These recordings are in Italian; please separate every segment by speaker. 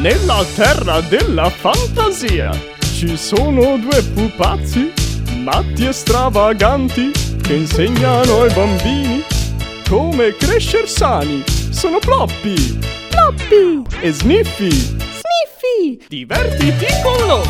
Speaker 1: Nella terra della fantasia ci sono due pupazzi, matti e stravaganti, che insegnano ai bambini come crescer sani. Sono Ploppi, Ploppi e Sniffy.
Speaker 2: Sniffy!
Speaker 1: Divertiti con loro!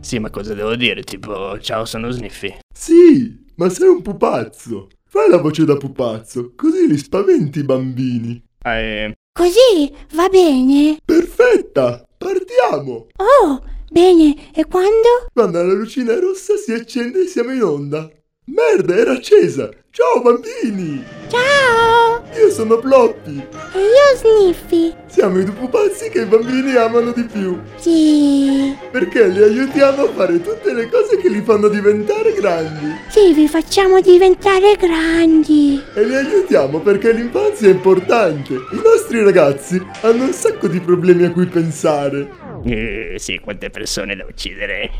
Speaker 3: Sì, ma cosa devo dire? Tipo, ciao, sono Sniffy.
Speaker 4: Sì, ma sei un pupazzo. Fai la voce da pupazzo, così li spaventi i bambini.
Speaker 3: Eh,
Speaker 2: Così va bene?
Speaker 4: Perfetta, partiamo.
Speaker 2: Oh, bene, e quando?
Speaker 4: Quando la lucina rossa si accende siamo in onda. Merda, era accesa. Ciao bambini,
Speaker 2: Ciao!
Speaker 4: io sono Ploppi.
Speaker 2: E io Sniffy.
Speaker 4: Siamo i due pupazzi che i bambini amano di più,
Speaker 2: Sì.
Speaker 4: perché li aiutiamo a fare tutte le cose che li fanno diventare grandi.
Speaker 2: Sì, vi facciamo diventare grandi.
Speaker 4: E li aiutiamo perché l'infanzia è importante. I nostri ragazzi hanno un sacco di problemi a cui pensare.
Speaker 3: eh, sì, quante persone da uccidere.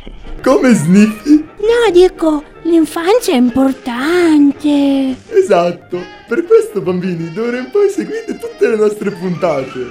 Speaker 4: Come Sniffy?
Speaker 2: No, dico, l'infanzia è importante.
Speaker 4: Esatto. Per questo, bambini, d'ora in poi seguite tutte le nostre puntate.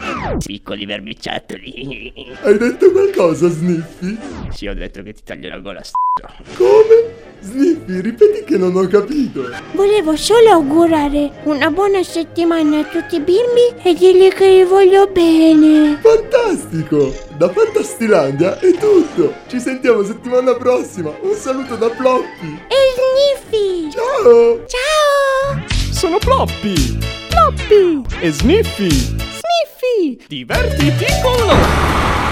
Speaker 3: Piccoli vermicciattoli.
Speaker 4: Hai detto qualcosa, Sniffy?
Speaker 3: Sì, ho detto che ti taglio la gola, st***o.
Speaker 4: Come? Sniffy, ripeti che non ho capito.
Speaker 2: Volevo solo augurare una buona settimana a tutti i bimbi e dirgli che li voglio bene.
Speaker 4: Fantastico! Da Fantastilandia è tutto! Ci sentiamo settimana prossima! Un saluto da Floppy!
Speaker 2: E Sniffy!
Speaker 4: Ciao!
Speaker 2: Ciao!
Speaker 1: Sono Ploppi
Speaker 2: Poppy!
Speaker 1: e Sniffy.
Speaker 2: Sniffy!
Speaker 1: Divertiti con loro!